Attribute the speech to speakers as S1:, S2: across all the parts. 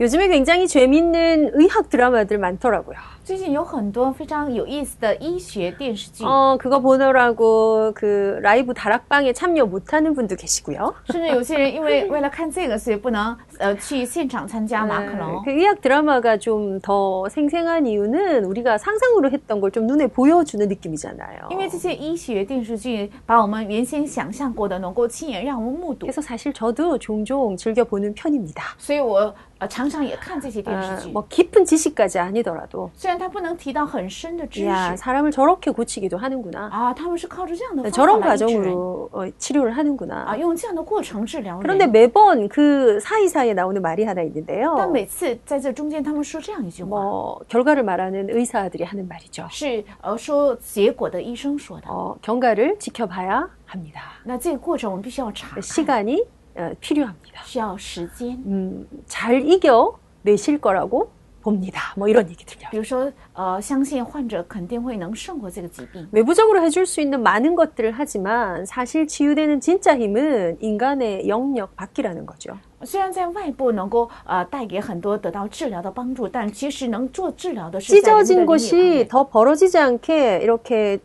S1: 요즘에 굉장히 재밌는 의학 드라마들 많더라고요.
S2: 最近有很多非常有意思的医学电视剧，
S1: 어, 그거 보느라고 그 라이브 다락방에 참여 못하는 분도 계시고요.
S2: 甚至有些人因为为了看这个，所以不能呃去现场参加马克
S1: 네,
S2: 龙
S1: 그 。 의학 드라마가 좀 더 생생한 이유는 우리가 상상으로 했던 걸 좀 눈에 보여주는 느낌이잖아요.
S2: 因为这些医学电视剧把我们原先想象过的能够亲眼让我们目睹，
S1: 그래서 사실 저도 종종 즐겨 보는 편입니다.
S2: 所以我呃常常也看这些电视
S1: 아,
S2: 剧。
S1: 뭐 깊은 지식까지 아니더라도
S2: 虽然它不能提到很深的知识
S1: 야, 사람을 저렇게 고치기도 하는구나.
S2: 啊，他们是靠着这样的
S1: 네,
S2: 方
S1: 저런
S2: 法来医治人
S1: 과정으로 어, 치료를
S2: 啊，
S1: 하는구나.
S2: 用这样的过程治疗
S1: 그런데
S2: 人。
S1: 매번 그 사이사이에 나오는 말이 하나 있는데요.
S2: 但每次在这中间，他们说这样一句话，
S1: 뭐 결과를 말하는 의사들이 하는 말이죠.
S2: 是呃说结果的医生说的。
S1: 어, 경과를 지켜봐야 합니다.
S2: 那这个过程我们必须要查看，
S1: 시간이 어, 필요합니다.
S2: 需要时间。
S1: 음, 잘 이겨 내실 거라고 봅니다. 뭐 이런 얘기 들려요.
S2: 比如说，呃，相信患者肯定会能胜过这个疾病。
S1: 외부적으로 해줄 수 있는 많은 것들을 하지만 사실 치유되는 진짜 힘은 인간의 영역 밖이라는 거죠.
S2: 虽然在外部能够呃带给很多得到治疗的帮助，但其实能做治疗的是在人的
S1: 찢어진
S2: 另一
S1: 곳이
S2: 方面
S1: 더 벌어지지 않게 이렇게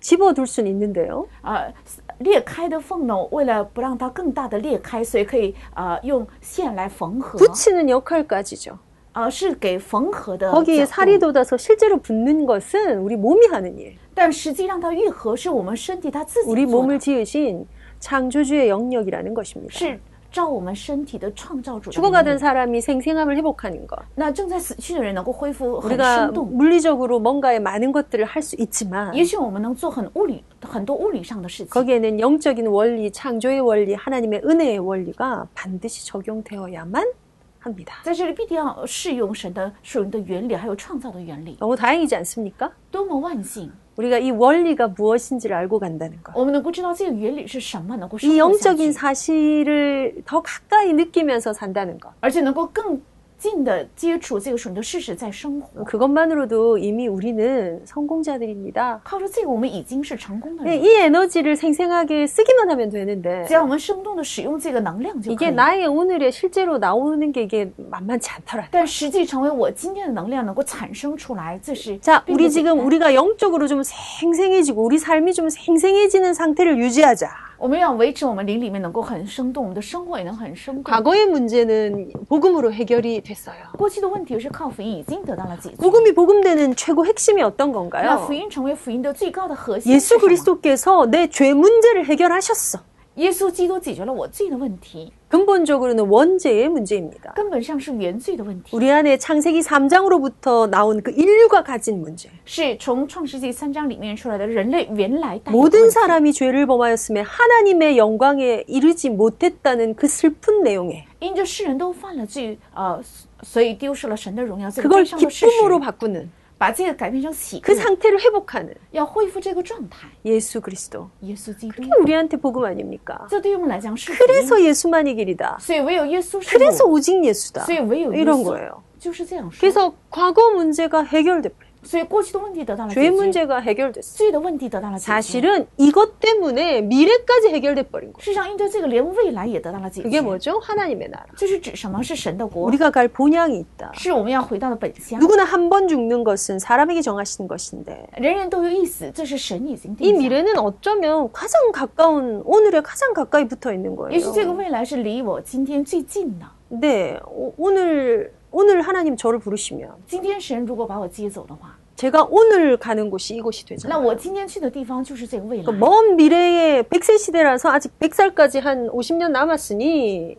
S1: 집어둘 수는 있는데요.
S2: 呃裂开的缝呢，为了不让它更大的裂开，所以可以呃用线来缝合，
S1: 붙이는 역할까지죠.
S2: 呃是给缝合的
S1: 거기에
S2: 角
S1: 살이
S2: 度，
S1: 돋아서 실제로 붙는 것은 우리 몸이 하는 일.
S2: 但实际让它愈合是我们身体它自己
S1: 우리
S2: 做的
S1: 몸을 ， 지으신 창조주의 영역이라는 것입니다.
S2: 是照我们身体的创造主的能力。
S1: 죽어가던 사람이 생생함을 회복하는 것.
S2: 那正在死去的人能够恢复很
S1: 우리가
S2: 生动，
S1: 물리적으로 뭔가의 많은 것들을 할 수 있지만
S2: 也许我们能做很物理很多物理上的事情。
S1: 거기에는 영적인 원리, 창조의 원리, 하나님의 은혜의 원리가 반드시 적용되어야만 합니다.
S2: 在这里必定要适用神的属灵的原理，还有创造的原理。
S1: 너무 다행이지 않습니까?
S2: 多么万幸！
S1: 우리가 이 원리가 무엇인지를 알고 간다는 것.
S2: 我们能够知道这个原理是什么，能够生
S1: 이
S2: 活下
S1: 영적인
S2: 去，
S1: 사실을 더 가까이 느끼면서 산다는 것.
S2: 而且能够更近的接触这个属灵的事实，在生活。
S1: 그것만으로도 이미 우리는 성공자들입니다.
S2: 靠着这个，我们已经是成功的
S1: 네,
S2: 人。
S1: 이 에너지를 생생하게 쓰기만 하면 되는데
S2: 只要我们生动的使用这个能量就可
S1: 이게
S2: 以。
S1: 나의 오늘에 실제로 나오는 게 이게 만만치 않더라.
S2: 但实际成为我今天的能量能够产生出来，这是
S1: 자,
S2: 并不
S1: 우리
S2: 简
S1: 지금
S2: 单
S1: 우리가 영적으로 좀 생생해지고 우리 삶이 좀 생생해지는 상태를 유지하자.
S2: 我们要维持我们灵里面能够很生动，我们的生活也能很生动。
S1: 과거의 문제는 복음으로 해결이 됐어요.
S2: 过去的问题是靠福音已经得到了解决。
S1: 복음이 복음되는 최고 핵심이 어떤
S2: 那福
S1: 건가요?
S2: 音成为福音的最高的核心是
S1: 예수
S2: 什么？
S1: 그리스도께서 내 죄 문제를 해결하셨어.
S2: 耶稣基督解决了我罪的问题，
S1: 근본적으로는 원죄의 문제입니다.
S2: 根本上是原罪的问题。
S1: 우리 안에 창세기 3장으로부터 나온 그 인류가 가진 문제.
S2: 是从创世纪三章里面出来的人类原来带有的
S1: 모든
S2: 问题
S1: 사람이 죄를 범하였음에 하나님의 영광에 이르지 못했다는 그 슬픈 내용에
S2: 因着世人都犯了罪，呃，所以丢失了神的荣耀，这个
S1: 그걸
S2: 悲伤的事实，
S1: 기쁨으로 바꾸는
S2: 把这个改变成喜
S1: 그
S2: 乐，
S1: 상태를 회복하는
S2: 要恢复这个状态。
S1: 예수 그리스도.
S2: 耶稣基督，
S1: 우리한테 복음 아닙니까?
S2: 这对于我们来讲是福音
S1: 그래서 예수만이 길이다.
S2: 所以唯有耶稣是路，
S1: 그래서 오직 예수다.
S2: 所以唯有耶
S1: 이런
S2: 稣，
S1: 거예요.
S2: 就是这样说。
S1: 그래서 과거 문제가 해결됐고
S2: 所以过去的问题得到了
S1: 죄
S2: 解决，
S1: 문제가 해결됐어.
S2: 罪的问题得到了解决。
S1: 사실은 이것 때문에 미래까지 해결돼 버린 거예요.
S2: 事实上，因着这个，连未来也得到了解
S1: 그게
S2: 决。
S1: 뭐죠? 하나님의 나라.
S2: 这是指什么？是神的国，
S1: 우리가 갈 본향이 있다.
S2: 是我们要回到的本乡。
S1: 누구나 한 번 죽는 것은 사람에게 정하신 것인데
S2: 人人都有一死，这是神已经
S1: 이
S2: 定下的。
S1: 미래는 어쩌면 가장 가까운 오늘에 가장 가까이 붙어 있는
S2: 也许这个
S1: 거예요.
S2: 未来是离我今天最近的。
S1: 네, 오- 오늘 오늘 하나님 저를 부르시면
S2: 今天神如果把我接走的话，
S1: 제가 오늘 가는 곳이 이곳이
S2: 那
S1: 되잖아요.
S2: 我今天去的地方就是这个未
S1: 그
S2: 来。
S1: 먼 미래의 100세 시대라서 아직 100살까지 한 50년 남았으니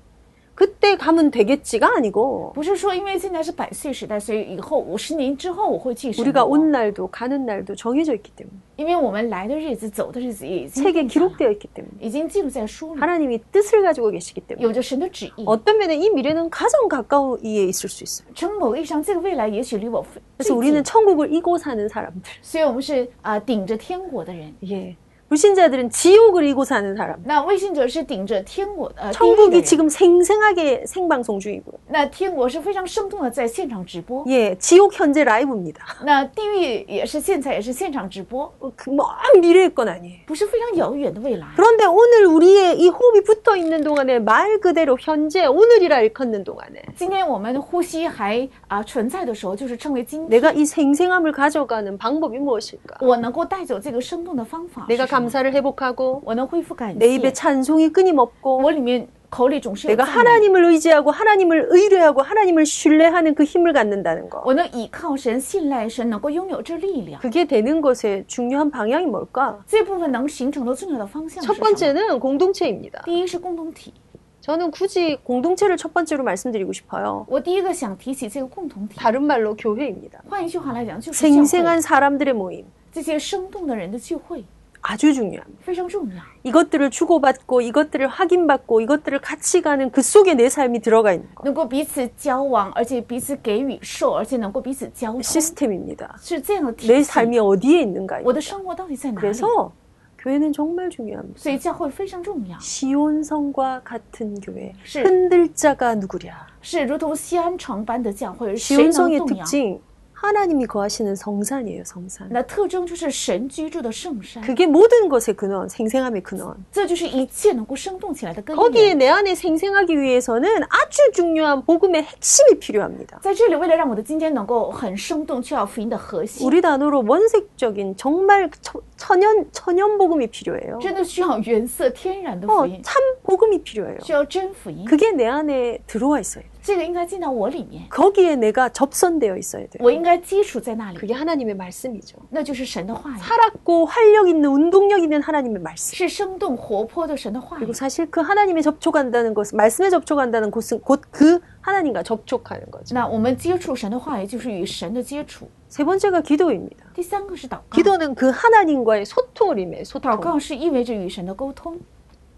S1: 그때 가면 되겠지가 아니고
S2: 不是说因为现在是百岁时代，所以以后五十年之后我会去神
S1: 우리가
S2: 的国
S1: 온 날도 가는 날도 정해져 있기 때문에
S2: 因为我们来的日子、走的日子也已经
S1: 책에
S2: 定下了
S1: 기록되어 있기 때문에
S2: 已经记录在书里，
S1: 하나님이 뜻을 가지고 계시기 때문에
S2: 有着神的旨意。
S1: 어떤 면에 이 미래는 가장 가까이에 있을 수 있어요.
S2: 从某意义上，这个未来也许离我非
S1: 그래서
S2: 最近
S1: 우리는 천국을 이고 사는 사람들.
S2: 呃所以我们是啊、顶着天国的人。
S1: 예. 불신자들은 지옥을 이고 사는 사람.
S2: 那微信者是顶着天国呃地狱的
S1: 천국이
S2: 人，
S1: 지금 생생하게 생방송 중이고요.
S2: 那天国是非常生动的在现场直播，
S1: 예, 지옥 현재 라이브입니다.
S2: 那地狱也是现在也是现场直播，
S1: 어, 그먼 미래의 건 아니에요.
S2: 不是非常遥远的未来。
S1: 그런데 오늘 우리의 이 호흡이 붙어 있는 동안에 말 그대로 현재 오늘이라 일컫는 동안에
S2: 今天我们呼吸还啊、存在的时候，就是称为今天。
S1: 내가 이 생생함을 가져가는 방법이 무엇일까?
S2: 我能够带走这个生动的方法是
S1: 내가
S2: 什么，
S1: 감사를 회복하고
S2: 我能恢复感
S1: 내 입에
S2: 谢，
S1: 찬송이 끊임없고
S2: 我里面口里总是有
S1: 내가
S2: 赞美
S1: 하나님을 의지하고 하나님을 의뢰하고 하나님을 신뢰하는 그 힘을 갖는다는 거.
S2: 我能倚靠神、信赖神，能够拥有这力量。
S1: 그게 되는 것의 중요한 방향이 뭘까?
S2: 这部分能形成的重要的方向是
S1: 첫
S2: 什么？
S1: 번째는 공동체입니다.
S2: 第一是共同体，
S1: 저는 굳이 공동체를 첫 번째로 말씀드리고 싶어요.
S2: 我第一个想提起这个共同体。
S1: 다른 말로 교회입니다.
S2: 换一句话来讲，就是教会
S1: 생생한 사람들의 모임.
S2: 这些生动的人的聚会
S1: 아주 중요합니다.
S2: 非常重要。
S1: 이것들을 주고받고 이것들을 확인받고 이것들을 같이 가는 그 속에 내 삶이 들어가 있는 것.
S2: 能够彼此交往，而且彼此给予受，而且能够彼此交通，
S1: 시스템입니다.
S2: 是这样的体
S1: 내
S2: 系。
S1: 삶이 어디에 있는가.
S2: 我的生活到底在哪里？
S1: 그래서 교회는 정말 중요합니다.
S2: 所以教会非常重要，
S1: 네. 시온성과 같은 교회.
S2: 실-
S1: 흔들 자가 누구랴.
S2: 是如同西安城般的教会，谁能
S1: 네. 시온성의
S2: 动摇？
S1: 특징 하나님이 거하시는 성산이에요 성산
S2: 那特征就是神居住的圣山，
S1: 그게 모든 것의 근원 생생함의 근원
S2: 这就是一切能够生动起来的根
S1: 거기에
S2: 源。
S1: 내 안에 생생하기 위해서는 아주 중요한 복음의 핵심이 필요합니다
S2: 在这里，为了让我的今天能够很生动，却要福音的核心，
S1: 우리 단어로 원색적인 정말 처- 천연 천연 복음이 필요해요
S2: 真的需要原色天然的福音
S1: 어 ，참 복음이 필요해요
S2: 需要真福音。
S1: 그게 내 안에 들어와 있어야 돼요
S2: 这个应该进到我里面，
S1: 거기에 내가 접선되어 있어야 돼요
S2: 我应该基础在那里，
S1: 뭐 그게 하나님의 말씀이죠
S2: 那就是神的话语，
S1: 살았고 활력 있는 운동력 있는 하나님의 말씀
S2: 是生动活泼的神的话语
S1: 그리고 。 사실 그 하나님에 접촉한다는 것은 말씀에 접촉한다는 것은 곧 그 하나님과 접촉하는 거죠.
S2: 那我们接触神的话语，就是与神的接触。
S1: 세 번째가 기도입니다.
S2: 第三个是祷告，
S1: 기도는 그 하나님과의 소통을 임해
S2: 祷
S1: 소통.
S2: 告是意味着与神的沟通，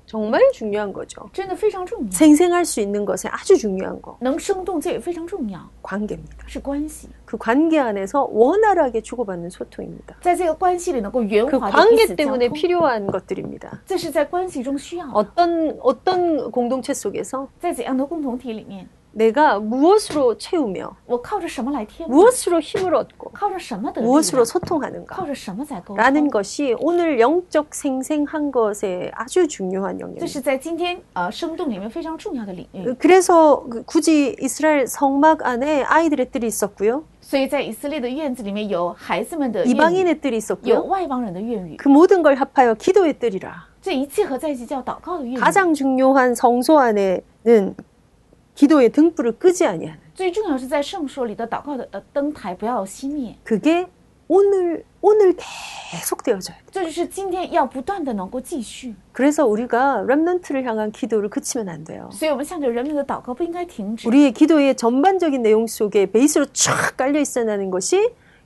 S1: 정말 중요한 거죠.
S2: 真的非常重要，
S1: 생생할 수 있는 것에 아주 중요한 거
S2: 能生动这也非常重要，
S1: 관계입니다.
S2: 是关系，
S1: 그 관계 안에서 원활하게 주고받는 소통입니다.
S2: 在这个关系里能够圆
S1: 그
S2: 滑的彼
S1: 관계
S2: 此交
S1: 때문에
S2: 通，
S1: 필요한 것들입니다.
S2: 这是在关系中需要的，
S1: 哦 어떤 어떤 공동체 속에서
S2: 在怎样的共同体里面，
S1: 내가 무엇으로 채우며
S2: 我靠着什么来填补，
S1: 무엇으로 힘을 얻고
S2: 靠着什么得力量
S1: 무엇으로 ， 소통하는가
S2: 靠着什么在沟
S1: 라는
S2: 通，
S1: 것이 오늘 영적 생생한 것에 아주 중요한
S2: 这
S1: 영역입니다.
S2: 是在今天呃生动里面非常重要的领
S1: 嗯
S2: 域。
S1: 그래서 그- 굳이 이스라엘 성막 안에 아이들의 뜰이 있었고요.
S2: 所以在以色列的院子里面有孩子们的愿语，
S1: 이방인의 뜰이
S2: 有
S1: 있었고요.
S2: 外邦人的愿语，
S1: 그 모든 걸 합하여 기도의 뜰이라.
S2: 这一切合在一起叫祷告的愿语。
S1: 가장 중요한 성소 안에는 기도의 등불을 끄지 아니하는
S2: 最重要是在圣所里的祷告的呃灯台不要熄灭，
S1: 그게 오늘 오늘 계속 되어져야 돼.
S2: 这就是今天要不断的能够继续。
S1: 그래서 우리가 렘넌트를 향한 기도를 그치면 안 돼요.
S2: 所以我们向着人民的祷告不应该停止，
S1: 우리의 기도의 전반적인 내용 속에 베이스로 쫙 깔려 있어야 하는 것이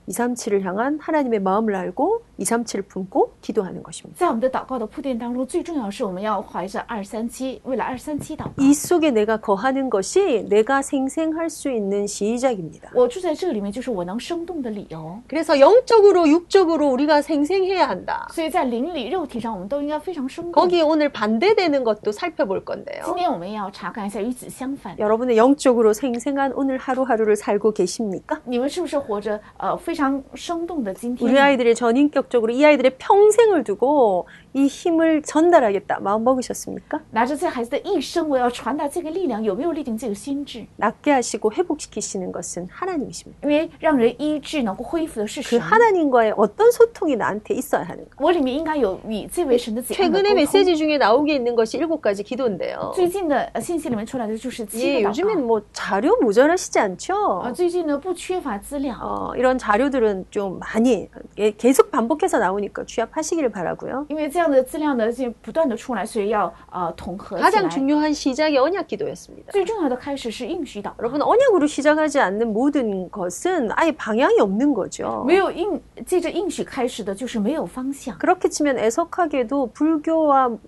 S1: 237을 향한 하나님의 마음을 알고 237을 품고 기도하는 것입니다.
S2: 在我们的祷告的铺垫当中，最重要是我们要怀着二三七，为了二三七祷告。
S1: 이 속에 내가 거하는 것이 내가 생생할 수 있는 시작입니다.
S2: 我住在这里面，就是我能生动的理由。
S1: 그래서 영적으로 육적으로 우리가 생생해야 한다.
S2: 所以在灵里、肉体上，我们都应该非常生动。
S1: 거기에 오늘 반대되는 것도 살펴볼
S2: 今
S1: 건데요.
S2: 天我们也要查看一下与此相反，
S1: 여러분의 영적으로 생생한 오늘 하루하루를 살고 계십니까?
S2: 你们是不是活着呃非常生动的今
S1: 우리
S2: 天？
S1: 아이들의 전인격적으로 이 아이들의 평생을 두고 이 힘을 전달하겠다 마음 먹으셨습니까?
S2: 拿着这孩子的一生，我要传达这个力量，有没有立定这个心智？
S1: 낫게 하시고 회복시키시는 것은 하나님이십니다.
S2: 因为让人医治能够恢复的是
S1: 그
S2: 神。
S1: 하나님과의 어떤 소통이 나한테 있어야 하는가.
S2: 我里面应该有与这位神的怎样的
S1: 최근에
S2: 沟通
S1: 메시지 중에 나오게 있는 것이 일곱 가지 기도인데요.
S2: 最近的呃信息里面出来的就是七
S1: 예,
S2: 个祷告
S1: 요즘엔 뭐 자료 모자라시지
S2: 啊，
S1: 않죠?
S2: 最近呢不缺乏资料，
S1: 어, 이런 자료들은 좀 많이 예, 계속 반복해서 나오니까 취합하시기를 바라고요.
S2: 因为这样的资料呢就不断的出来，所以要呃统合起
S1: 가장
S2: 来。
S1: 중요한 시작이 언약 기도였습니다.
S2: 最重要的开始是应许祷告，
S1: 여러분 언약으로 시작하지 않는 모든 것은 아예 방향이 없는 거죠.
S2: 没有应借着应许开始的就是没有方向。
S1: 그렇게 치면 애석하게도 불교와 뭐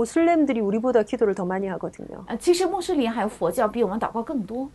S1: 모슬렘들이 우리보다 기도를 더 많이 하거든요.
S2: 呃，其实穆斯林还有佛教比我们祷告更多，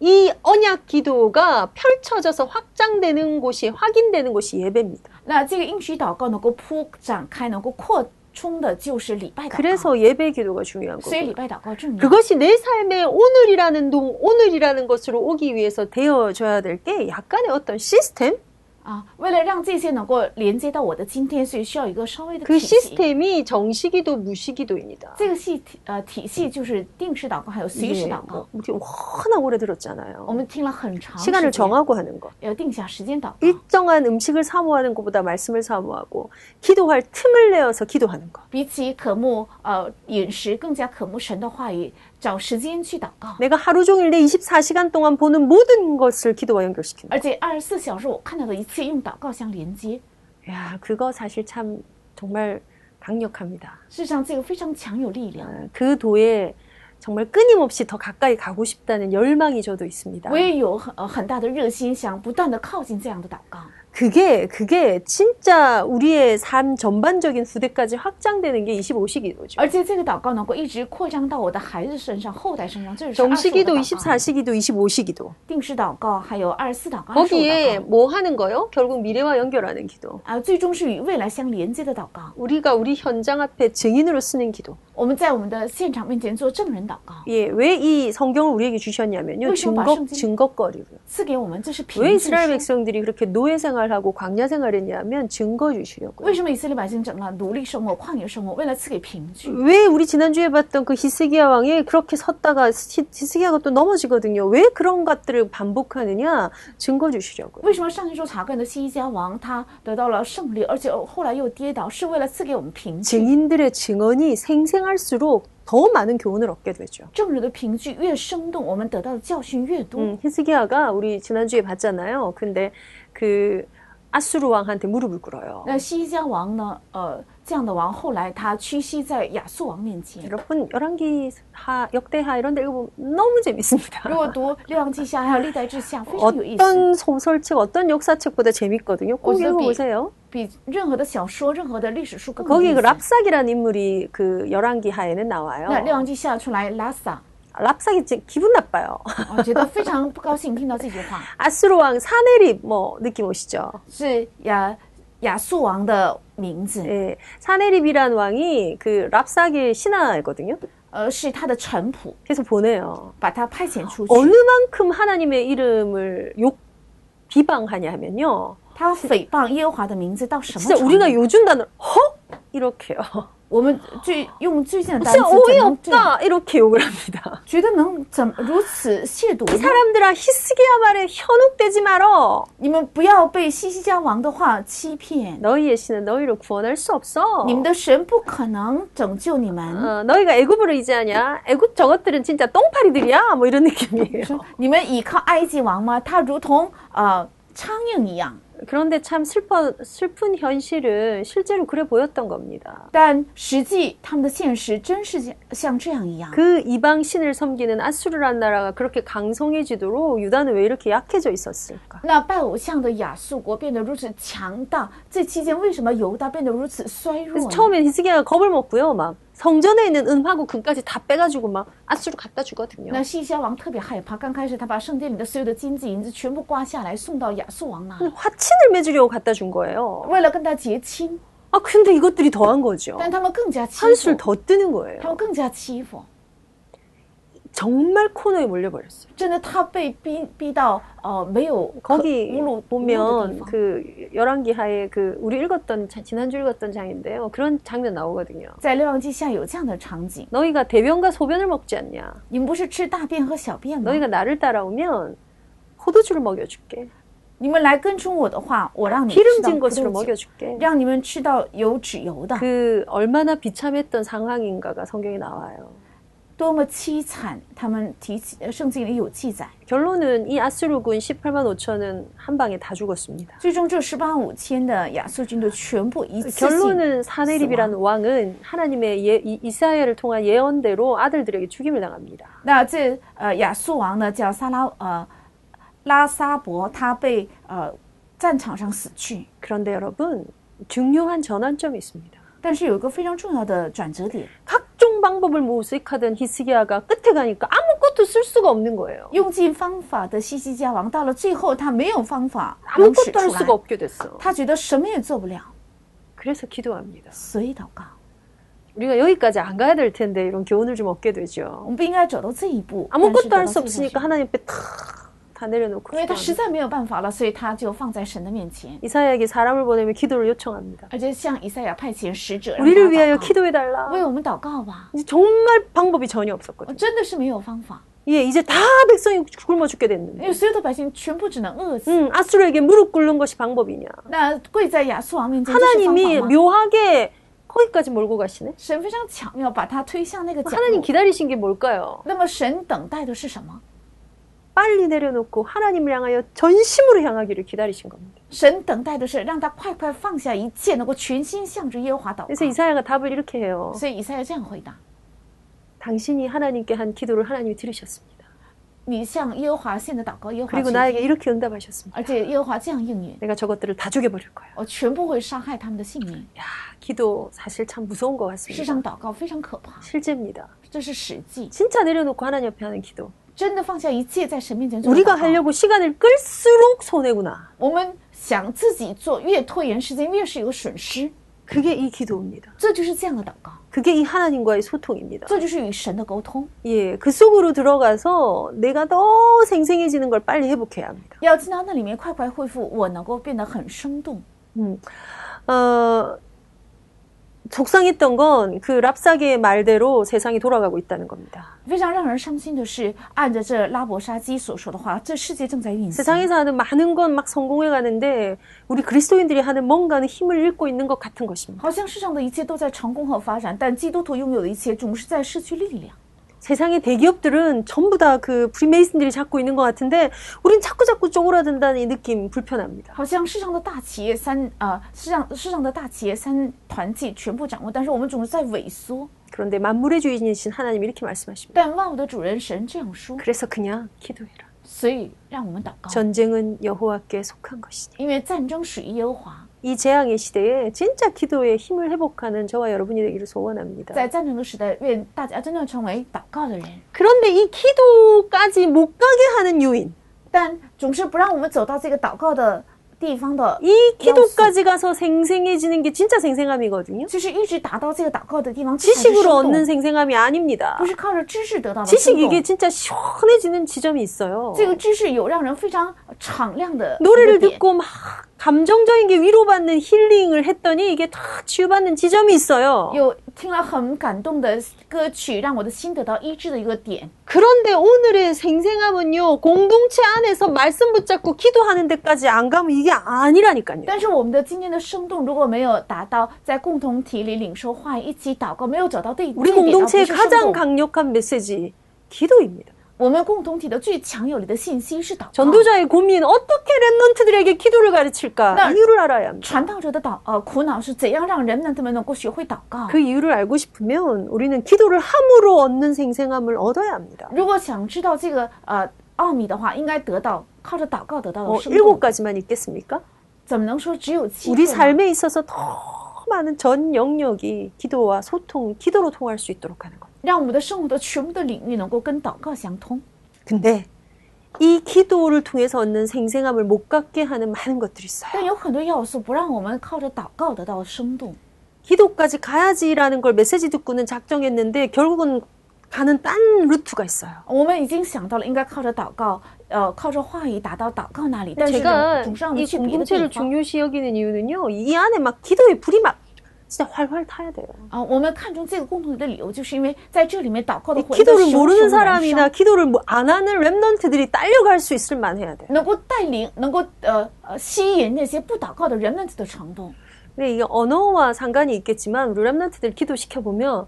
S1: 이 언약 기도가 펼쳐져서 확장되는 곳이 확인되는 곳이 예배입니다.
S2: 那这个应许祷告能够铺展开，能够扩充的就是礼拜祷告，
S1: 그래서 예배 기도가 중요한
S2: 所以礼
S1: 거고
S2: 拜祷告重要。
S1: 그것이 내 삶의 오늘이라는 동 오늘이라는 것으로 오기 위해서 되어줘야 될 게 약간의 어떤 시스템 그
S2: 啊，为了让这些能够连接到我的今天，所以需要一个稍微的
S1: 그
S2: 体系。
S1: 시스템이 정시기도 무시기도입니다.
S2: 这个系体呃体系就是定时祷告，还有随
S1: 예,
S2: 时祷
S1: 뭐 。
S2: 告
S1: 우리 워낙 오래
S2: 我
S1: 들었잖아요.
S2: 们听了很长时
S1: 시간을
S2: 间，
S1: 정하고 하는 것.
S2: 要定下时间祷告，
S1: 일정한 음식을 사모하는 것보다 말씀을 사모하고 기도할 틈을 내어서 기도하는 것.
S2: 比起渴慕呃饮食，更加渴慕神的话语，找时间去祷告。
S1: 내가 하루 종일 내 24시간 동안 보는 모든 것을 기도와 연결시킨다.
S2: 而且二十四小时我看到的一切用祷告相连接，
S1: 야, 그거 사실 참 정말 강력합니다.
S2: 事实上这个非常强有力
S1: 嗯
S2: 量。
S1: 그 도에 정말 끊임없이 더 가까이 가고 싶다는 열망이 저도 있습니다.
S2: 我也有很呃很大的热心，想不断的靠近这样的祷告。
S1: 그게 그게 진짜 우리의 삶 전반적인 후대까지 확장되는 게 25시기도죠.
S2: 而且这个祷告能够一直扩张到我的孩子身上、后代身上，这是二十
S1: 정시기도,
S2: 祷告、
S1: 24시기도, 25시기도.
S2: 定时祷告，还有二十四祷
S1: 아,
S2: 告、二十五
S1: 거기에
S2: 祷告
S1: 뭐 하는 거요? 결국 미래와 연결하는 기도.
S2: 啊，最终是与未来相连接的祷告。
S1: 우리가 우리 현장 앞에 증인으로 쓰는 기도.
S2: 我们在我们的现场面前做证人祷告，
S1: 예, 왜 이 성경을 우리에게 주셨냐면요.
S2: 왜
S1: 증거,
S2: 성경을
S1: 증거거리고요.
S2: 赐给我们这是凭
S1: 왜
S2: 据
S1: 이스라엘
S2: 书。
S1: 백성들이 그렇게 노예 생활하고 광야 생활했냐면 증거 주시려고요.
S2: 为什么以色列百姓整了奴隶生活、旷野生活？为了赐给凭据。
S1: 왜 우리 지난주에 봤던 그 히스기야 왕이 그렇게 섰다가 히- 히스기야가 또 넘어지거든요. 왜 그런 것들을 반복하느냐? 증거 주시려고요.
S2: 为什么上一周查看的西西家王他得到了胜利，而且后来又跌倒，是为了赐给我们凭据。
S1: 증인들의 증언이 생생할수록 더 많은 교훈을 얻게 되죠.
S2: 证人的凭据越生动，我们得到的教训越多。
S1: 음, 히스기야가 우리 지난주에 봤잖아요. 근데 그 아수르 왕한테 무릎을 꿇어요.
S2: 那西西家王呢？呃，这样的王后来他屈膝在亚述王面前。
S1: 여러분 열왕기 하 역대하 이런 데 읽어보면 너무
S2: 如
S1: 재밌습니다.
S2: 果读《列王记下》还有《历代志下》，非常有意思，
S1: 어떤 소설책, 어떤 역사책보다 재밌거든요. 꼭
S2: 어차피
S1: 읽어보세요.
S2: 比任何的小说、任何的历史书更有
S1: 거기
S2: 意
S1: 그
S2: 思。
S1: 랍삭이라는 인물이 그 열왕기 하에는
S2: 那《列
S1: 나와요.
S2: 王记下》出来拉萨，
S1: 랍삭이 진짜 기분 나빠요.
S2: 我哦觉得非常不高兴听到这句话，
S1: 아수르 왕 사내립 뭐 느낌 오시죠?
S2: 是亚亚述王的名字，
S1: 예, 사내립이란 왕이 그 랍삭의 신하거든요.
S2: 呃，是他的臣仆，
S1: 그래서 보내요.
S2: 把他派遣出去。
S1: 어느 만큼 하나님의 이름을 욕 비방하냐 하면요.
S2: 他诽谤耶和华的名字到什么
S1: 진짜
S2: 程
S1: 우리가
S2: 度？
S1: 요즘 단어 헉 이렇게요.
S2: 我们最用最近的单词
S1: 진짜
S2: 怎么能这样？
S1: 어이없다 이렇게 욕을 합니다.
S2: 觉得能怎么如此亵渎呢？
S1: 사람들아 히스기야 말에 현혹되지 말어.
S2: 你们不要被西西家王的话欺骗，
S1: 너희의 신은 너희를 구원할 수 없어.
S2: 你们的神不可能拯救你们。
S1: 어, 너희가 애굽으로 이제하냐? 애굽 저것들은 진짜 똥파리들이야. 뭐 이런 느낌이에요.
S2: 你们倚靠埃及王吗？他如同呃苍蝇一样。
S1: 그런데 참 슬퍼 슬픈 현실은 실제로 그래 보였던 겁니다.
S2: 但实际他们的现实真是像像这样一样。
S1: 그 이방 신을 섬기는 아수르란 나라가 그렇게 강성해지도록 유다는 왜 이렇게 약해져 있었을까?
S2: 那拜偶像的亚述国变得如此强大，这期间为什么犹大变得如此衰弱
S1: 그래서
S2: 呢？
S1: 처음엔 히스기야가 겁을 먹고요. 막 성전에 있는 은하고 금까지 다 빼가지고 막 아수르 갖다 주거든요.
S2: 那西西家王特别害怕，刚开始他把圣殿里的所有的金子银子全部刮下来送到亚述王
S1: 嗯
S2: 那里，
S1: 화친을 맺으려고 갖다 준 거예요.
S2: 为了跟他结亲，
S1: 아 근데 이것들이 더한 거죠.
S2: 但他们更加欺负
S1: 한술 ，더 뜨는
S2: 他
S1: 거예요.
S2: 们更加欺负。
S1: 정말 코너에 몰려버렸어요.
S2: 真的，他被逼逼到呃没有可
S1: 거기 뭐
S2: 无路无路的
S1: 그 보면
S2: 地方。
S1: 그 열왕기하에 그 우리 읽었던 자- 지난주 읽었던 장인데요. 어, 그런 장면 나오거든요.
S2: 在《列王记下》有这样的场景：
S1: 너희가 대변과 소변을 먹지 않냐?
S2: 你们不是吃大便和小便吗？
S1: 너희가 나를 따라오면 포도주를 먹여줄게.
S2: 你们来跟从我的话，我让你们吃到
S1: 기름진
S2: 葡
S1: 것으로
S2: 萄酒，
S1: 먹여줄게.
S2: 让你们吃到有脂油的。
S1: 그 얼마나 비참했던 상황인가가 성경에 나와요.
S2: 多么凄惨！他们提起呃圣经里有记载，
S1: 결론은 이 아스루군 18만 5천은 한 방에 다 죽었습니다.
S2: 最终这十八五千的亚述军队全部一次性
S1: 결론은 사네립이라는 왕은 하나님의 예, 이- 이사야를 통한 예언대로 아들들에게 죽임을 당합니다.
S2: 那这呃亚述王呢叫撒拉呃拉撒伯，他被呃战场上死去。
S1: 그런데 여러분 중요한 전환점이 있습니다.
S2: 但是有一个非常重要的转折点，
S1: 각종 모든 방법을 모색하던 히스기야가 끝에 가니까 아무것도 쓸 수가 없는 거예요.
S2: 用尽方法的西西家王到了最后，他没有方法能使
S1: 아무것도
S2: 出
S1: 할 수가
S2: 来，
S1: 없게 됐어.
S2: 他觉得什么也做不了，
S1: 그래서 기도합니다.
S2: 所以祷告。
S1: 우리가 여기까지 안 가야 될 텐데 이런 교훈을 좀 얻게
S2: 我
S1: 되죠.
S2: 们不应该走到这一步。但是
S1: 아무것도 그러니까
S2: 走到
S1: 할 수
S2: 这一步
S1: 없으니까 하나님 앞에 탁다 내려놓고
S2: 因为
S1: 기도합니다.
S2: 他实在没有办法了，所以他就放在神的面前，
S1: 이사야에게 사람을 보내며 기도를 요청합니다.
S2: 而且向以赛亚派遣使者，让他
S1: 우리를 위하여
S2: 祷告
S1: 기도해 달라.
S2: 为我们祷告吧。
S1: 정말 방법이 전혀
S2: 我
S1: 없었거든요.
S2: 真的是没有方法，
S1: 예, 이제 다 백성이 굶어 죽게
S2: 因为
S1: 됐는데.
S2: 所有的百姓全部只能饿死。
S1: 음, 아수르에게 무릎 꿇는 것이 방법이냐?
S2: 那跪在亚述王面前，这是方
S1: 네, 하나님이
S2: 法吗？
S1: 묘하게 거기까지 몰고 가시네.
S2: 神非常巧妙把他推向那个角
S1: 하나님
S2: 落。
S1: 기다리신 게 뭘까요?
S2: 那么神等待的是什么？
S1: 빨리 내려놓고 하나님을 향하여 전심으로 향하기를 기다리신 겁니다.
S2: 神等待的是让他快快放下一切，能够全心向着耶和华祷
S1: 그래서
S2: 告。
S1: 이사야가 답을 이렇게 해요.
S2: 所以以赛亚这样回答：
S1: 당신이 하나님께 한 기도를 하나님이 들으셨습니다.
S2: 你向耶和华献的祷告，耶和华
S1: 그리고
S2: 垂听
S1: 나에게 이렇게 응답하셨습니다.
S2: 而且耶和华这样应允，
S1: 내가 저것들을 다 죽여버릴 거야.
S2: 我全部会杀害他们的性命。
S1: 야, 기도 사실 참 무서운 것
S2: 世
S1: 같습니다.
S2: 上祷告非常可怕，
S1: 실제입니다.
S2: 这是实际。
S1: 진짜 내려놓고 하나님 앞에 하는 기도.
S2: 真的放下一切，在神面前做
S1: 우리가
S2: 祷告
S1: 하려고 시간을 끌수록 손해구나.
S2: 我们想自己做，越拖延时间，越是有个损失。
S1: 그게 이 기도입니다.
S2: 这就是这样的祷告，
S1: 그게 이 하나님과의 소통입니다.
S2: 这就是与神的沟通。
S1: 예, 그 속으로 들어가서 내가 더 생생해지는 걸 빨리 회복해야 합니다.
S2: 要进到那里面，快快恢复，我能够变得很生动。
S1: 음. 어, 속상했던 건 그 랍사게의 말대로 세상이 돌아가고 있다는 겁니다.
S2: 非常让人伤心的是，按着这拉伯沙基所说的话，这世界正在运行。
S1: 세상에서 하는 많은 건 막 성공해 가는데 우리 그리스도인들이 하는 뭔가는 힘을 잃고 있는 것 같은 것입니다.
S2: 好像世上的一切都在成功和发展，但基督徒拥有的一切总是在失去力量。
S1: 세상의 대기업들은 전부 다 그 프리메이슨들이 잡고 있는 것 같은데 우린 자꾸자꾸 쪼그라든다는 이 느낌 불편합니다.
S2: 好像世上的大企业三啊、世上世上的大企业三团体全部掌握，但是我们总是在萎缩。
S1: 그런데 만물의 주인이신 하나님이 이렇게 말씀하십니다.
S2: 但万物的主人神这样说，
S1: 그래서 그냥 기도해라.
S2: 所以让我们祷告，
S1: 전쟁은 여호와께 속한 것이니.
S2: 因为战争属于耶和华。
S1: 이 재앙의 시대에 진짜 기도의 힘을 회복하는 저와 여러분이 되기를 소원합니다.
S2: 在战争的时代，愿大家真正成为祷告的人。
S1: 네. 그런데 이 기도까지 못 가게 하는 요인,
S2: 但总是不让我们走到这个祷告的地方的，
S1: 이 기도까지 가서 생생해지는 게 진짜 생생함이거든요.
S2: 就是一直达到这个祷告的地方，这才是
S1: 지식으로
S2: 生
S1: 얻는
S2: 动，
S1: 생생함이 아닙니다.
S2: 不是靠着知识得到的生
S1: 지식
S2: 动
S1: 이게 。 진짜 시원해지는 지점이 있어요.
S2: 这个知识有让人非常敞亮的一个
S1: 노래를
S2: 点
S1: 듣고 막 감정적인 게 위로받는 힐링을 했더니 이게 다 치유받는 지점이 있어요.
S2: 有听了很感动的歌曲，让我的心得到医治的一个点。
S1: 그런데 오늘의 생생함은요, 공동체 안에서 말씀 붙잡고 기도하는 데까지 안 가면 이게 아니라니까요.
S2: 但是我们的今天的生动如果没有达到在共同体里领受话语、一起祷告，没有走到这一
S1: 우리
S2: 这一点的话，不
S1: 공동체의
S2: 是生
S1: 가장
S2: 动。
S1: 강력한 메시지, 기도입니다.
S2: 我们共同体的最强有力的信息是祷告。
S1: 전도자의 고민, 어떻게 랩런트들에게 기도를 가르칠까?
S2: 나-
S1: 이유를 알아야 합니다.
S2: 传道者的祷呃苦恼是怎样让人们他们能够学会祷告？
S1: 그 이유를 알고 싶으면 우리는 기도를 함으로 얻는 생생함을 얻어야 합니다.
S2: 如果想知道这个呃奥秘的话，应该得到靠着祷告得到
S1: 어,
S2: 的生动。
S1: 일곱 가지만 있겠습니까?
S2: 怎么能说只有七
S1: 우리
S2: 个呢？
S1: 삶에 있어서 더 많은 전 영역이 기도와 소통, 기도로 통할 수 있도록 하는 겁니다.
S2: 让我们的生活的全部的领域能够跟祷告相通。
S1: 근데 이 기도를 통해서 얻는 생생함을 못 갖게 하는 많은 것들이 있어요.
S2: 但有很多要素不让我们靠着祷告得到生动。
S1: 기도까지 가야지라는 걸 메시지 듣고는 작정했는데 결국은 가는 딴 루트가 있어요.
S2: 我们已经想到了应该靠着祷告，呃，靠着话语达到祷告那里，但是呢
S1: 제가
S2: 总是让我
S1: 이
S2: 们去别的地
S1: 공동체를
S2: 方
S1: 중요시 여기는 이유는요. 이 안에 막 기도의 불이 막 진짜 활활 타야 돼요.
S2: 啊。我们看重这个共同体的理由，就是因为在这里面祷
S1: 어,
S2: 告的火焰在
S1: 기도를
S2: 熊熊
S1: 모르는
S2: 燃烧
S1: 사람이나 기도를 뭐- 안 하는 랩넌트들이 딸려갈 수 있을 만해야 돼요.
S2: 能够带领，能够呃呃吸引那些不祷告的人们的程度。
S1: 근데 이게 언어와 상관이 있겠지만 우리 랩넌트들 기도시켜 보면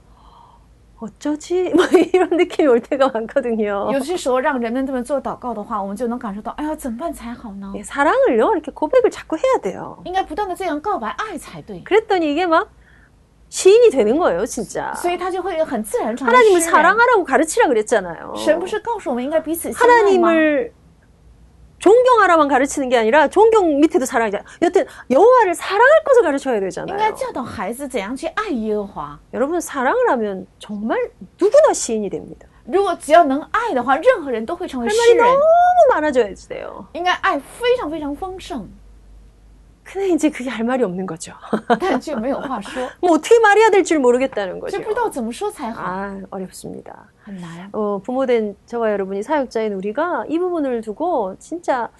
S1: 어쩌지? 뭐 이런 느낌이 올 때가 많거든요.
S2: 有些时候让人们这么做祷告的话，我们就能感受到，哎呀，怎么办才好呢
S1: 예, ？ 사랑을요 이렇게 고백을 자꾸 해야 돼요.
S2: 应该不断的这样告白爱才对，
S1: 그랬더니 이게 막 시인이 되는 거예요, 진짜.
S2: 所以他就会很自然成为
S1: 하나님을
S2: 诗人。
S1: 사랑하라고 가르치라 그랬잖아요.
S2: 神不是告诉我们应该彼此相爱吗？
S1: 하나님을 존경하라만 가르치는 게 아니라 존경 밑에도 사랑이잖아. 여튼 여호와를 사랑할 것을 가르쳐야
S2: 应该
S1: 되잖아요.
S2: 教导孩子怎样去爱耶和华。
S1: 여러분 사랑을 하면 정말 누구나 시인이 됩니다.
S2: 如果只要能爱的话，任何人都会成为
S1: 할
S2: 诗
S1: 말이
S2: 人。
S1: 너무 많아져야 돼요.
S2: 应该爱非常非常丰盛，
S1: 근데 이제 그게 할 말이 없는 거죠.
S2: 但却没有话说，
S1: 뭐 어떻게 말해야 될 줄 모르겠다는
S2: 就
S1: 거죠.
S2: 不知道怎么说才好，
S1: 아 어렵습니다.
S2: 很难。
S1: 어, 부모된 저와 여러분이 사역자인 우리가 이 부분을 두고 진짜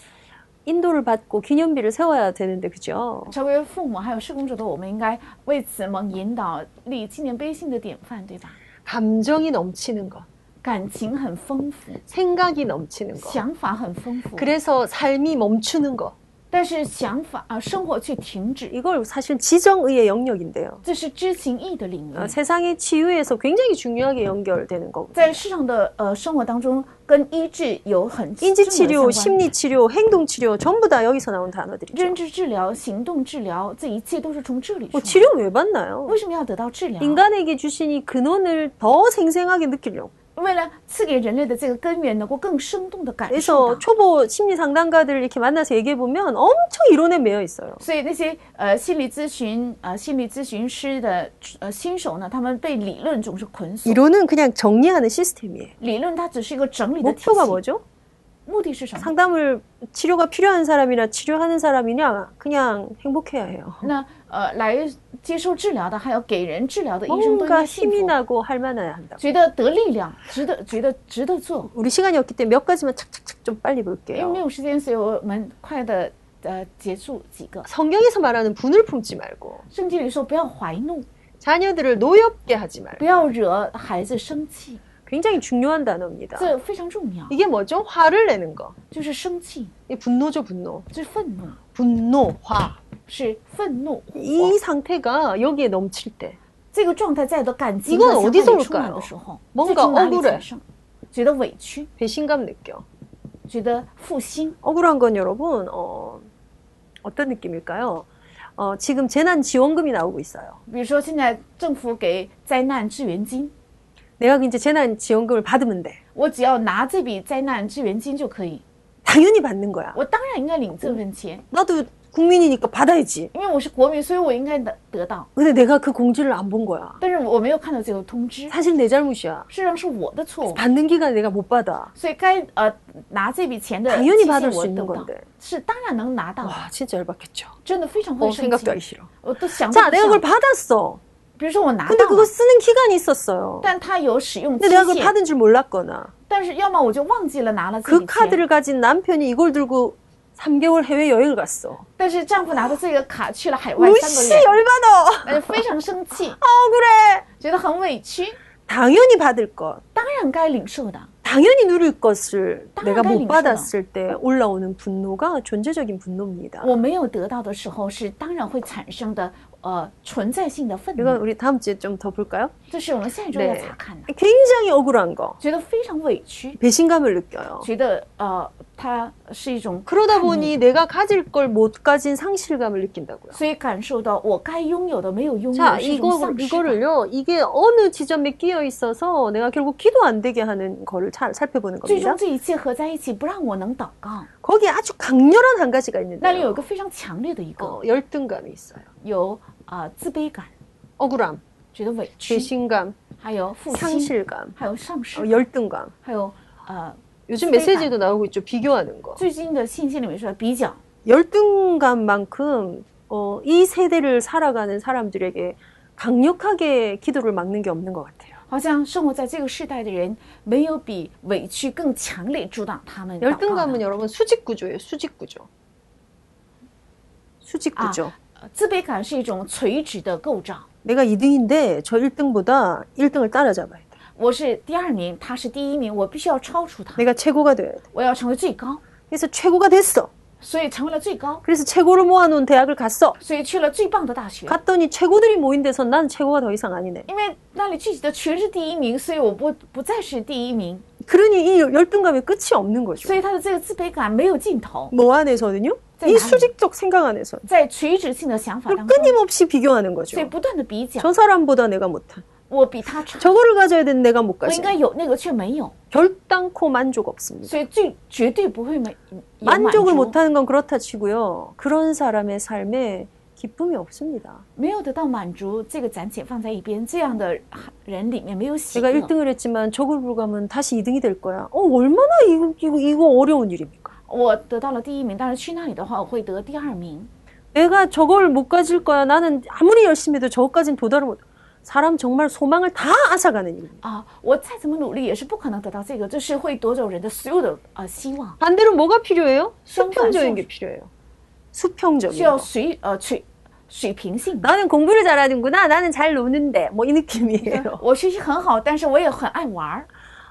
S1: 인도를 받고 기념비를 세워야 되는데 그죠?
S2: 成为父母还有施工者的我们，应该为此蒙引导，立纪念碑性的典范，对吧？
S1: 감정이 넘치는 것,
S2: 感情很丰富，
S1: 생각이 넘치는 것.
S2: 想法很丰富，
S1: 그래서 삶이 멈추는 것.
S2: 但是想法啊，生活却停止，
S1: 이걸 사실은 지정의의 영역인데요.
S2: 这是知情意的领域
S1: 어, ， 세상의 치유에서 굉장히 중요하게 연결되는 거고.
S2: 在世上的呃生活当中，跟医治有很重要的
S1: 인지 음. 치료,
S2: 相关
S1: 심리 치료, 행동 치료 전부 다 여기서 나온
S2: 认
S1: 단어들이죠.
S2: 知治疗、行动治疗，这一切都是从这里出
S1: 뭐,
S2: 来的。
S1: 치료 왜 받나요?
S2: 为什么要得到治
S1: 음.
S2: 疗？
S1: 인간에게 주신 이 근원을 더 생생하게 느끼려고.
S2: 为了赐给人类的这个根源，能够更生动的感受
S1: 그래서
S2: 到。
S1: 초보 심리 상담가들 이렇게 만나서 얘기해 보면 엄청 이론에 매여 있어요.
S2: 所以那些呃心理咨询呃心理咨询师的呃新手呢，他们被理论总是捆锁。
S1: 이론은 그냥 정리하는 시스템이에요.
S2: 理论它只是一个整理的体系，
S1: 목표가 뭐죠?
S2: 目的是什么？
S1: 상담을 치료가 필요한 사람이나 치료하는 사람이냐 그냥 행복해야 해요.
S2: 那呃来接受治疗的，还有给人治疗的医生都
S1: 뭔가
S2: 应该哦幸
S1: 힘이
S2: 福，
S1: 나고 할 만해야 한다.
S2: 觉得得力量，值得觉得值得做。
S1: 우리 시간이 없기 때문에 몇 가지만 착착착 좀 빨리
S2: 因为没
S1: 볼게요.
S2: 有时间，所以我们快的呃结束几个。
S1: 성경에서 말하는 분을 품지 말고
S2: 圣经里说不要怀怒，
S1: 자녀들을 노엽게 하지
S2: 不
S1: 말고
S2: 要惹孩子生气，
S1: 굉장히 중요한 단어입니다.
S2: 这非常重要，
S1: 이게 뭐죠? 화를 내는 거.
S2: 就是生气。
S1: 이 분노죠, 분노.
S2: 这愤怒，
S1: 분노, 화.
S2: 是愤怒火。
S1: 이 상태가 여기에 넘칠 때
S2: 这个状态在的感情
S1: 이건
S2: 和想法
S1: 어디서
S2: 里充满
S1: 올까요
S2: 的时候，
S1: 뭔가
S2: 最终哪里
S1: 억울해
S2: 产生？觉得委屈，
S1: 배신감 느껴.
S2: 觉得负心。
S1: 억울한 건 여러분 어, 어떤 느낌일까요? 어, 지금 재난 지원금이 나오고 있어요.
S2: 比如说，现在政府给灾难支援金，
S1: 내가 이제 재난 지원금을 받으면 돼.
S2: 我只要拿这笔灾难支援金就可以，
S1: 당연히 받는 거야.
S2: 我当然应该领这份钱，
S1: 나도 국민이니까 받아야지.
S2: 因为我是国民，所以我应该得得到。
S1: 근데 내가 그 공지를 안 본 거야.
S2: 但是我没有看到这个通知，
S1: 사실 내 잘못이야.
S2: 事实上是我的错误，
S1: 받는 기간에 내가 못 받아.
S2: 所以该呃拿这笔钱的
S1: 당연히
S2: 期
S1: 받을
S2: 限
S1: 수
S2: 我
S1: 있는
S2: 得到
S1: 건데 ，
S2: 是当然能拿到，
S1: 와, 진짜 열받겠죠.
S2: 真的非常会
S1: 어
S2: 生
S1: 생각도 하기
S2: 气，
S1: 싫어.
S2: 我都想不
S1: 자
S2: 到。
S1: 내가 그걸 받았어.
S2: 比如说我拿到
S1: 근데
S2: 了
S1: 그거 ， 쓰는 기간이 있었어요.
S2: 但它有使用期
S1: 근데 내가 그걸
S2: 限，
S1: 받은 줄 몰랐거나
S2: 但是要么我就忘记了拿了这
S1: 그
S2: 笔钱，
S1: 카드를 가진 남편이 이걸 들고 3개월 해외 여행을 갔어.
S2: 但是丈夫拿着这个卡去了海外三个
S1: 으씨
S2: 月，
S1: 열받아.
S2: 那就非常生 气，
S1: 억울해.
S2: 觉得很委屈，
S1: 당연히 받을 것,
S2: 当然该领受的，
S1: 당연히 누릴 것을
S2: 땅을
S1: 내가 못
S2: 깔리는
S1: 받았을 때 올라오는 분노가 존재적인 분노입니다.
S2: 我没有得到的时候是当然会产生的呃存在性的愤
S1: 이건
S2: 怒，
S1: 우리 다음 주에 좀 더 볼까요?
S2: 这是我们下一周要
S1: 네
S2: 查看的，
S1: 굉장히 억울한 거,
S2: 觉得非常委屈，
S1: 배신감을 느껴요.
S2: 觉得呃它是一种，
S1: 그러다 보니 내가 가질 걸 못 가진 상실감을 느낀다고요.
S2: 所以感受到我该拥有的没有拥有
S1: 자,
S2: 是一种
S1: 이거,
S2: 丧失感。
S1: 이거를요, 이게 어느 지점에 끼어 있어서 내가 결국 기도 안 되게 하는 거를 차- 살펴보는
S2: 最终
S1: 겁니다.
S2: 这一切合在一起，不让我能祷告。
S1: 거기에 아주 강렬한 한 가지가
S2: 那里有
S1: 있는데요.
S2: 一个非常强烈的一个
S1: 어, 열등감이 있어요.
S2: 有啊、呃自卑感，
S1: 억울함,
S2: 觉得委屈，
S1: 배신감,
S2: 还有负心，
S1: 상실감,
S2: 还有丧
S1: 어,
S2: 失，
S1: 열등감.
S2: 还有呃
S1: 요즘
S2: 스트레스
S1: 메시지에도 나오고 있죠. 비교하는 거.
S2: 最近的信息里面说比较，
S1: 열등감만큼 어, 이 세대를 살아가는 사람들에게 강력하게 기도를 막는 게 없는 것 같아요.
S2: 好像生活在这个世代的人没有比委屈更强烈阻挡他们祷告
S1: 열등감은
S2: 的。
S1: 여러분 수직 구조예요. 수직 구조. 수직
S2: 아.
S1: 구조.
S2: 呃自卑感是一种垂直的构造，
S1: 내가 2등인데 저 1등보다 1등을 따라잡아야 돼.
S2: 我是第二名，他是第一名，我必须要超出他，
S1: 내가 최고가 돼야 돼.
S2: 我要成为最高，
S1: 그래서 최고가 됐어.
S2: 所以成为了最高，
S1: 그래서 최고를 모아놓은 대학을 갔어.
S2: 所以去了最棒的大学。
S1: 갔더니 최고들이 모인 데서 난 최고가 더 이상 아니네.
S2: 因为那里聚集的全是第一名，所以我不不再是第一名，
S1: 그러니 이 열등감이 끝이 없는 거죠.
S2: 所以他的这个自卑感没有尽头。
S1: 뭐 안에서는요? 이
S2: 나는-
S1: 수직적 생각 안에서는. 아,
S2: 在垂直性的想法当中，
S1: 끊임없이 비교하는
S2: 所以
S1: 거죠.
S2: 不断的比较，
S1: 저 사람보다 내가 못한.
S2: 我比他差，
S1: 저거를 가져야 되는 내가 못
S2: 我
S1: 가져.
S2: 应该有那个却没有，
S1: 결단코 만족 없습니다.
S2: 所以最绝对不会没有满
S1: 예, 만족을
S2: 足，
S1: 못하는 건 그렇다 치고요. 그런 사람의 삶에 기쁨이 없습니다.
S2: 没有得到满足，这个暂且放在一边。这样的人里面没有喜
S1: 제가
S2: 乐。
S1: 1등을 했지만 저걸 불가면 다시 2등이 될 거야. 어, 얼마나 이거, 이거, 이거 어려운 일입니까?
S2: 我得到了第一名，但是去那里的话，我会得第二名。
S1: 내가 저걸 못 가질 거야. 나는 아무리 열심히 해도 저것까진 도달을 못. 사람 정말 소망을 다 앗아가는 일입니다.
S2: 啊，我再怎么努力也是不可能得到这个，这是会夺走人的所有的呃希望，
S1: 반대로 뭐가 필요해요? 수평적인
S2: 상관성.
S1: 게 필요해요.
S2: 需
S1: 수평적인
S2: 要
S1: 거
S2: 水呃水水平性的。
S1: 나는 공부를 잘하는구나. 나는 잘 노는데. 뭐 이 느낌이에요.
S2: 我学习很好，但是我也很爱玩儿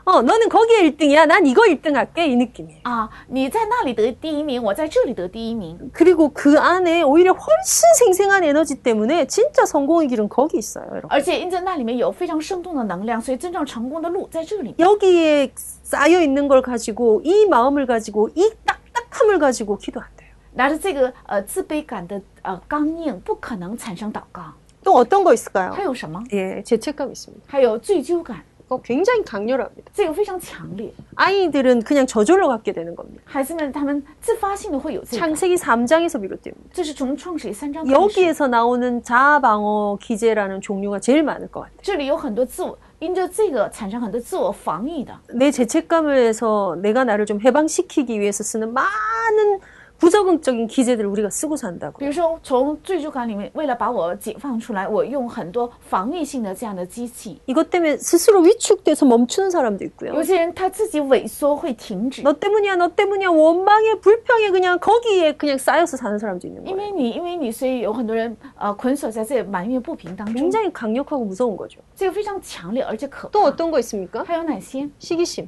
S1: 어, 너는 거기에 1등이야. 난 이거 1등 할게. 이 느낌이에요.
S2: 啊！你在那里得第一名，我在这里得第一名，
S1: 그리고 그 안에 오히려 훨씬 생생한 에너지 때문에 진짜 성공의 길은 거기 있어요. 여러분.
S2: 而且因在那里面有非常生动的能量，所以真正成功的路在这里。
S1: 여기에 쌓여 있는 걸 가지고 이 마음을 가지고 이 딱딱함을 가지고 기도 안 돼요.
S2: 拿着这个呃自卑感的呃刚硬，不可能产生祷告。
S1: 또 어떤 거 있을까요?
S2: 还有什么？
S1: 예, 죄책감 있습니다.
S2: 还有罪疚感，
S1: 그거 굉장히 강렬합니다.
S2: 这个非常强烈。
S1: 아이들은 그냥 저절로 갖게 되는 겁니다.
S2: 孩子们他们自发性的会有这个，
S1: 창세기 3장에서 비롯됩니다.
S2: 这是从创始三章开始。
S1: 여기에서 나오는 자아방어 기제라는 종류가 제일 많을 것 같아요.
S2: 这里有很多自我，因着这个产生很多自我防御的，
S1: 내 죄책감을 해서 내가 나를 좀 해방시키기 위해서 쓰는 많은 부적응적인 기제들을 우리가 쓰고
S2: 比
S1: 산다고.
S2: 如说从罪疚感里面，为了把我解放出来，我用很多防御性的这样的机器。
S1: 이것 때문에 스스로 위축돼서 멈추는 사람도 있고요.
S2: 有些人他自己萎缩会停止，
S1: 너 때문이야, 너 때문이야, 원망에, 불평에 그냥 거기에 그냥 쌓여서 사는 사람도 있는 거예요.
S2: 因为你因为你，所以有很多人呃捆锁在这埋怨不平当中，
S1: 굉장히 강력하고 무서운 거죠.
S2: 这个非常强烈而且可
S1: 또
S2: 怕。
S1: 어떤 거 있습니까?
S2: 还有哪些
S1: 시기심.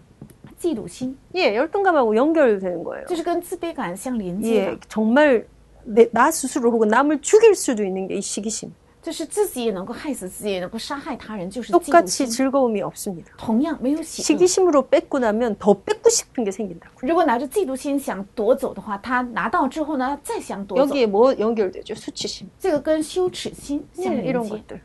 S2: 嫉妒心？
S1: 예, 열등감하고 연결되는 거예요.
S2: 这是跟自卑感相连接
S1: 예,
S2: 的，
S1: 정말 내, 나 스스로 혹은 남을 죽일 수도 있는 게 이 시기심.
S2: 就是自己也能够害死自己，也能够杀害他人，就是嫉妒
S1: 똑같이
S2: 心。
S1: 즐거움이 없습니다.
S2: 同样没有喜乐。
S1: 시기심으로 뺏고 나면 더 뺏고 싶은 게 생긴다고.
S2: 如果拿着嫉妒心想夺走的话，他拿到之后呢，再想夺走，
S1: 여기에 뭐 연결되죠? 수치심.
S2: 这个跟羞耻心
S1: 예,
S2: 相连
S1: 이런
S2: 接。
S1: 것들.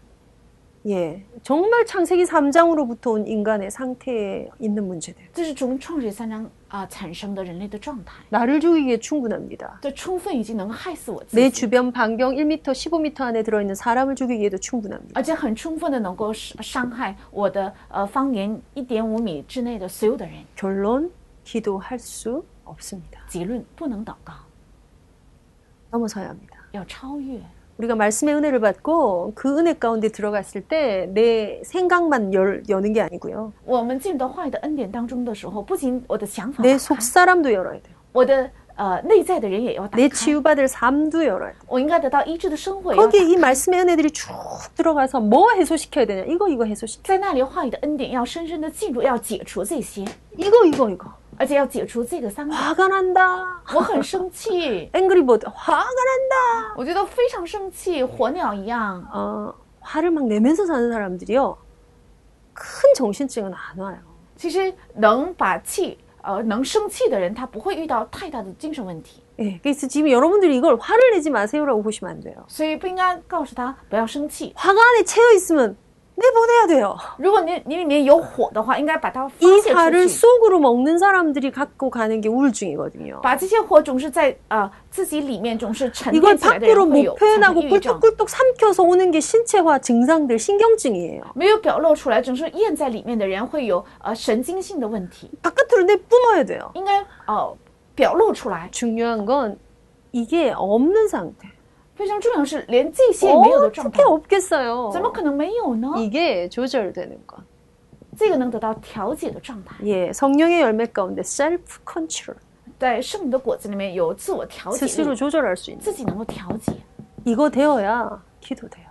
S1: 예, 정말 창세기 3장으로부터 온 인간의 상태에 있는 문제들.
S2: 这是从创世三章啊、产生的人类的状态，
S1: 나를 죽이기에 충분합니다.
S2: 这充分已经能够害死我自
S1: 내
S2: 己，
S1: 주변 반경 1m, 15m 안에 들어있는 사람을 죽이기에도 충분합니다.
S2: 而且很充分的能够伤呃伤害我的呃方圆一点五米之内的所有的人。
S1: 결론 기도할 수 없습니다.
S2: 结论不能祷告，
S1: 넘어서야 합니다.
S2: 要超越。
S1: 우리가 말씀의 은혜를 받고 그 은혜 가운데 들어갔을 때 내 생각만 열, 여는 게 아니고요.
S2: 我们进入到坏的恩典当中的时候，不仅我的想法打
S1: 내
S2: 开，
S1: 속사람도 열어야 돼요.
S2: 我的呃内在的人也要打
S1: 내
S2: 开，
S1: 치유받을 삶도 열어야 돼요.
S2: 我应该得到医治的生活也要打开
S1: 거기에 이 말씀의 은혜들이 쭉 들어가서 뭐 해소시켜야 되냐. 이거, 이거 해소시켜.
S2: 在那里话语的恩典要深深的进入，要解除这些，
S1: 이거, 이거, 이거.
S2: 而且要解除这个 伤害。
S1: 화가 난다.
S2: 我很生气，
S1: 앵그리버드. 화가 난다.
S2: 我觉得非常生气，火鸟一样。
S1: 어, 화를 막 내면서 사는 사람들이요. 큰 정신증은 안 와요.
S2: 其实能把气，呃，能生气的人，他不会遇到太大的精神问题，
S1: 예, 그래서 지금 여러분들이 이걸 화를 내지 마세요라고 보시면 안 돼요.
S2: 所以不应该告诉他不要生气。
S1: 화가 안에 채여 있으면 내보내야 돼요.
S2: 如果你你里面有火的话，应该把它发
S1: 이
S2: 泄
S1: 화를
S2: 出去。
S1: 속으로 먹는 사람들이 갖고 가는 게 우울증이거든요.
S2: 把这些火总是在呃自己里面总是沉
S1: 이걸
S2: 淀起来的人
S1: 밖으로
S2: 会
S1: 못
S2: 有产生
S1: 표현하고
S2: 抑郁症，
S1: 꿀떡꿀떡 삼켜서 오는 게 신체화 증상들, 신경증이에요.
S2: 没有表露出来，总是咽在里面的人会有呃神经性的问题。
S1: 바깥으로 내뿜어야 돼요.
S2: 应该呃表露出来。
S1: 중요한 건 이게 없는 상태.
S2: 非常重要的是，连哦这哦些也没有的状态
S1: 어떻게 ， 없겠어요.
S2: 怎么可能没有呢？
S1: 뭐? 이게 조절되는 것.
S2: 这个能得到调节的状态，
S1: 예, 성령의 열매 가운데 셀프 컨트롤.
S2: 在圣灵的果子里面有自我调节
S1: 스스로
S2: 力，
S1: 조절할 수 있는.
S2: 自己能够调节，
S1: 이거 되어야 기도돼요.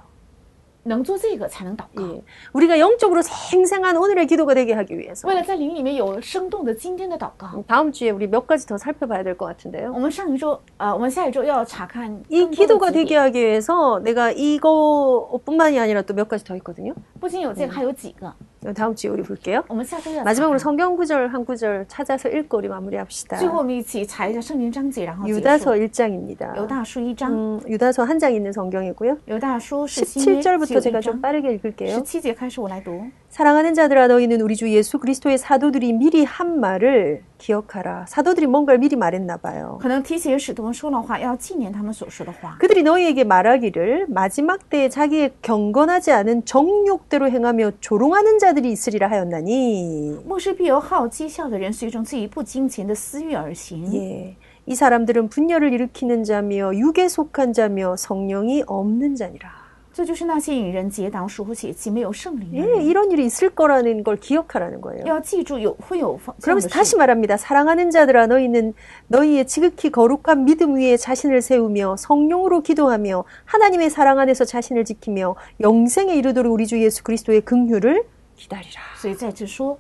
S2: 能做这个才能祷告。
S1: 예. 우리가 영적으로 생생한 오늘의 기도가 되게 하기 위해서
S2: 为了在灵里面有生动的今天的祷告，
S1: 다음 주에 우리 몇 가지 더 살펴봐야 될 것 같은데요.
S2: 我们上一周呃，我们下一周要查看
S1: 이
S2: 更多的
S1: 어, 기도가
S2: 级别
S1: 되게 하기 위해서 내가 이거뿐만이 아니라 또 몇 가지 더 있거든요.
S2: 不仅有这个，还有几个
S1: 다음 주에 우리 볼게요.
S2: 嗯我们下个月
S1: 마지막으로 성경 구절 한 구절 찾아서 읽고 우리 마무리합시다.
S2: 最后我们一起查一下圣经章节，然后结束
S1: 유다서
S2: 犹
S1: 1장입니다. 음,
S2: 大书一章，
S1: 유다서 한 장 있는 성경이고요.
S2: 犹大书是新约只
S1: 17절부터
S2: 有一
S1: 제가
S2: 章
S1: 좀 ， 빠르게
S2: 十
S1: 읽을게요.
S2: 七节开始我来读。
S1: 사랑하는 자들아 너희는 우리 주 예수 그리스도의 사도들이 미리 한 말을 기억하라. 사도들이 뭔가를 미리 말했나 봐요.
S2: 可能提醒使徒们说了话，要纪念他们所说的话。
S1: 그들이 너희에게 말하기를 마지막 때에 자기의 경건하지 않은 정욕대로 행하며 조롱하는 자들이 있으리라 하였나니
S2: 末世必有好讥笑的人，随从自己不经前的私欲而行。
S1: 예. 이 사람들은 분열을 일으키는 자며 육에 속한 자며 성령이 없는 자니라.
S2: 这就是那些引人结党、属乎血气、没有圣灵的
S1: 예,
S2: 人。
S1: 이런 일이 있을 거라는 걸 기억하라는 거예요.
S2: 要记住有会有方这样
S1: 그러면서
S2: 的事
S1: 다시 말합니다. 사랑하는 자들아 너희는 너희의 지극히 거룩한 믿음 위에 자신을 세우며 성령으로 기도하며 하나님의 사랑 안에서 자신을 지키며 영생에 이르도록 우리 주 예수 그리스도의 긍휼을 기다리라.
S2: 所以再次说，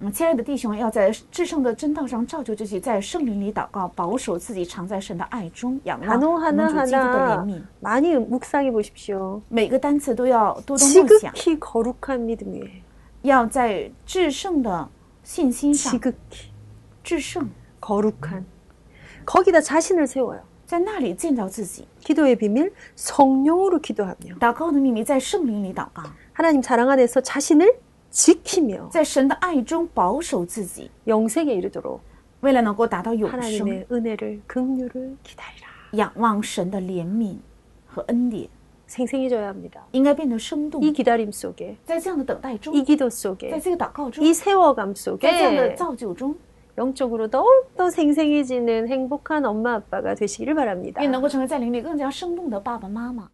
S2: 嗯，亲爱的弟兄，要在至圣的真道上造就自己，在圣灵里祷告，保守自己藏在神的爱中，仰望
S1: 단어
S2: 我们主基督的怜
S1: 하나하나
S2: 悯。
S1: 많이 묵상해 보십시오.
S2: 每个单词都要多多默想，
S1: 지극히 거룩한 믿음 위에
S2: 要在至圣的信心上，
S1: 지극히
S2: 至圣
S1: 거룩한 거기다 자신을 세워요.
S2: 在那里建造自己。
S1: 기도의 비밀 성령으로 기도하며
S2: 祷告的秘密在圣灵里祷告，
S1: 하나님 사랑 안에서 자신을 지키며
S2: 在神的爱中保守自己，
S1: 영생에 이르도록
S2: 为了能够达到永生，
S1: 하나님의 은혜를 긍휼을 기다리라.
S2: 仰望神的怜悯和恩典，
S1: 생생해져야 합니다.
S2: 应该变得生动
S1: 이 。 기다림 속에,
S2: 在这样的等待中
S1: 이 ， 기도
S2: 在
S1: 속에,
S2: 这个祷告中，
S1: 이 세워감
S2: 在这样的
S1: 속에
S2: 造就中，
S1: 영적으로 더욱더 생생해지는 행복한 엄마 아빠가 되시기를 바랍니다.
S2: 愿能够成为在灵里更加生动的爸爸妈妈。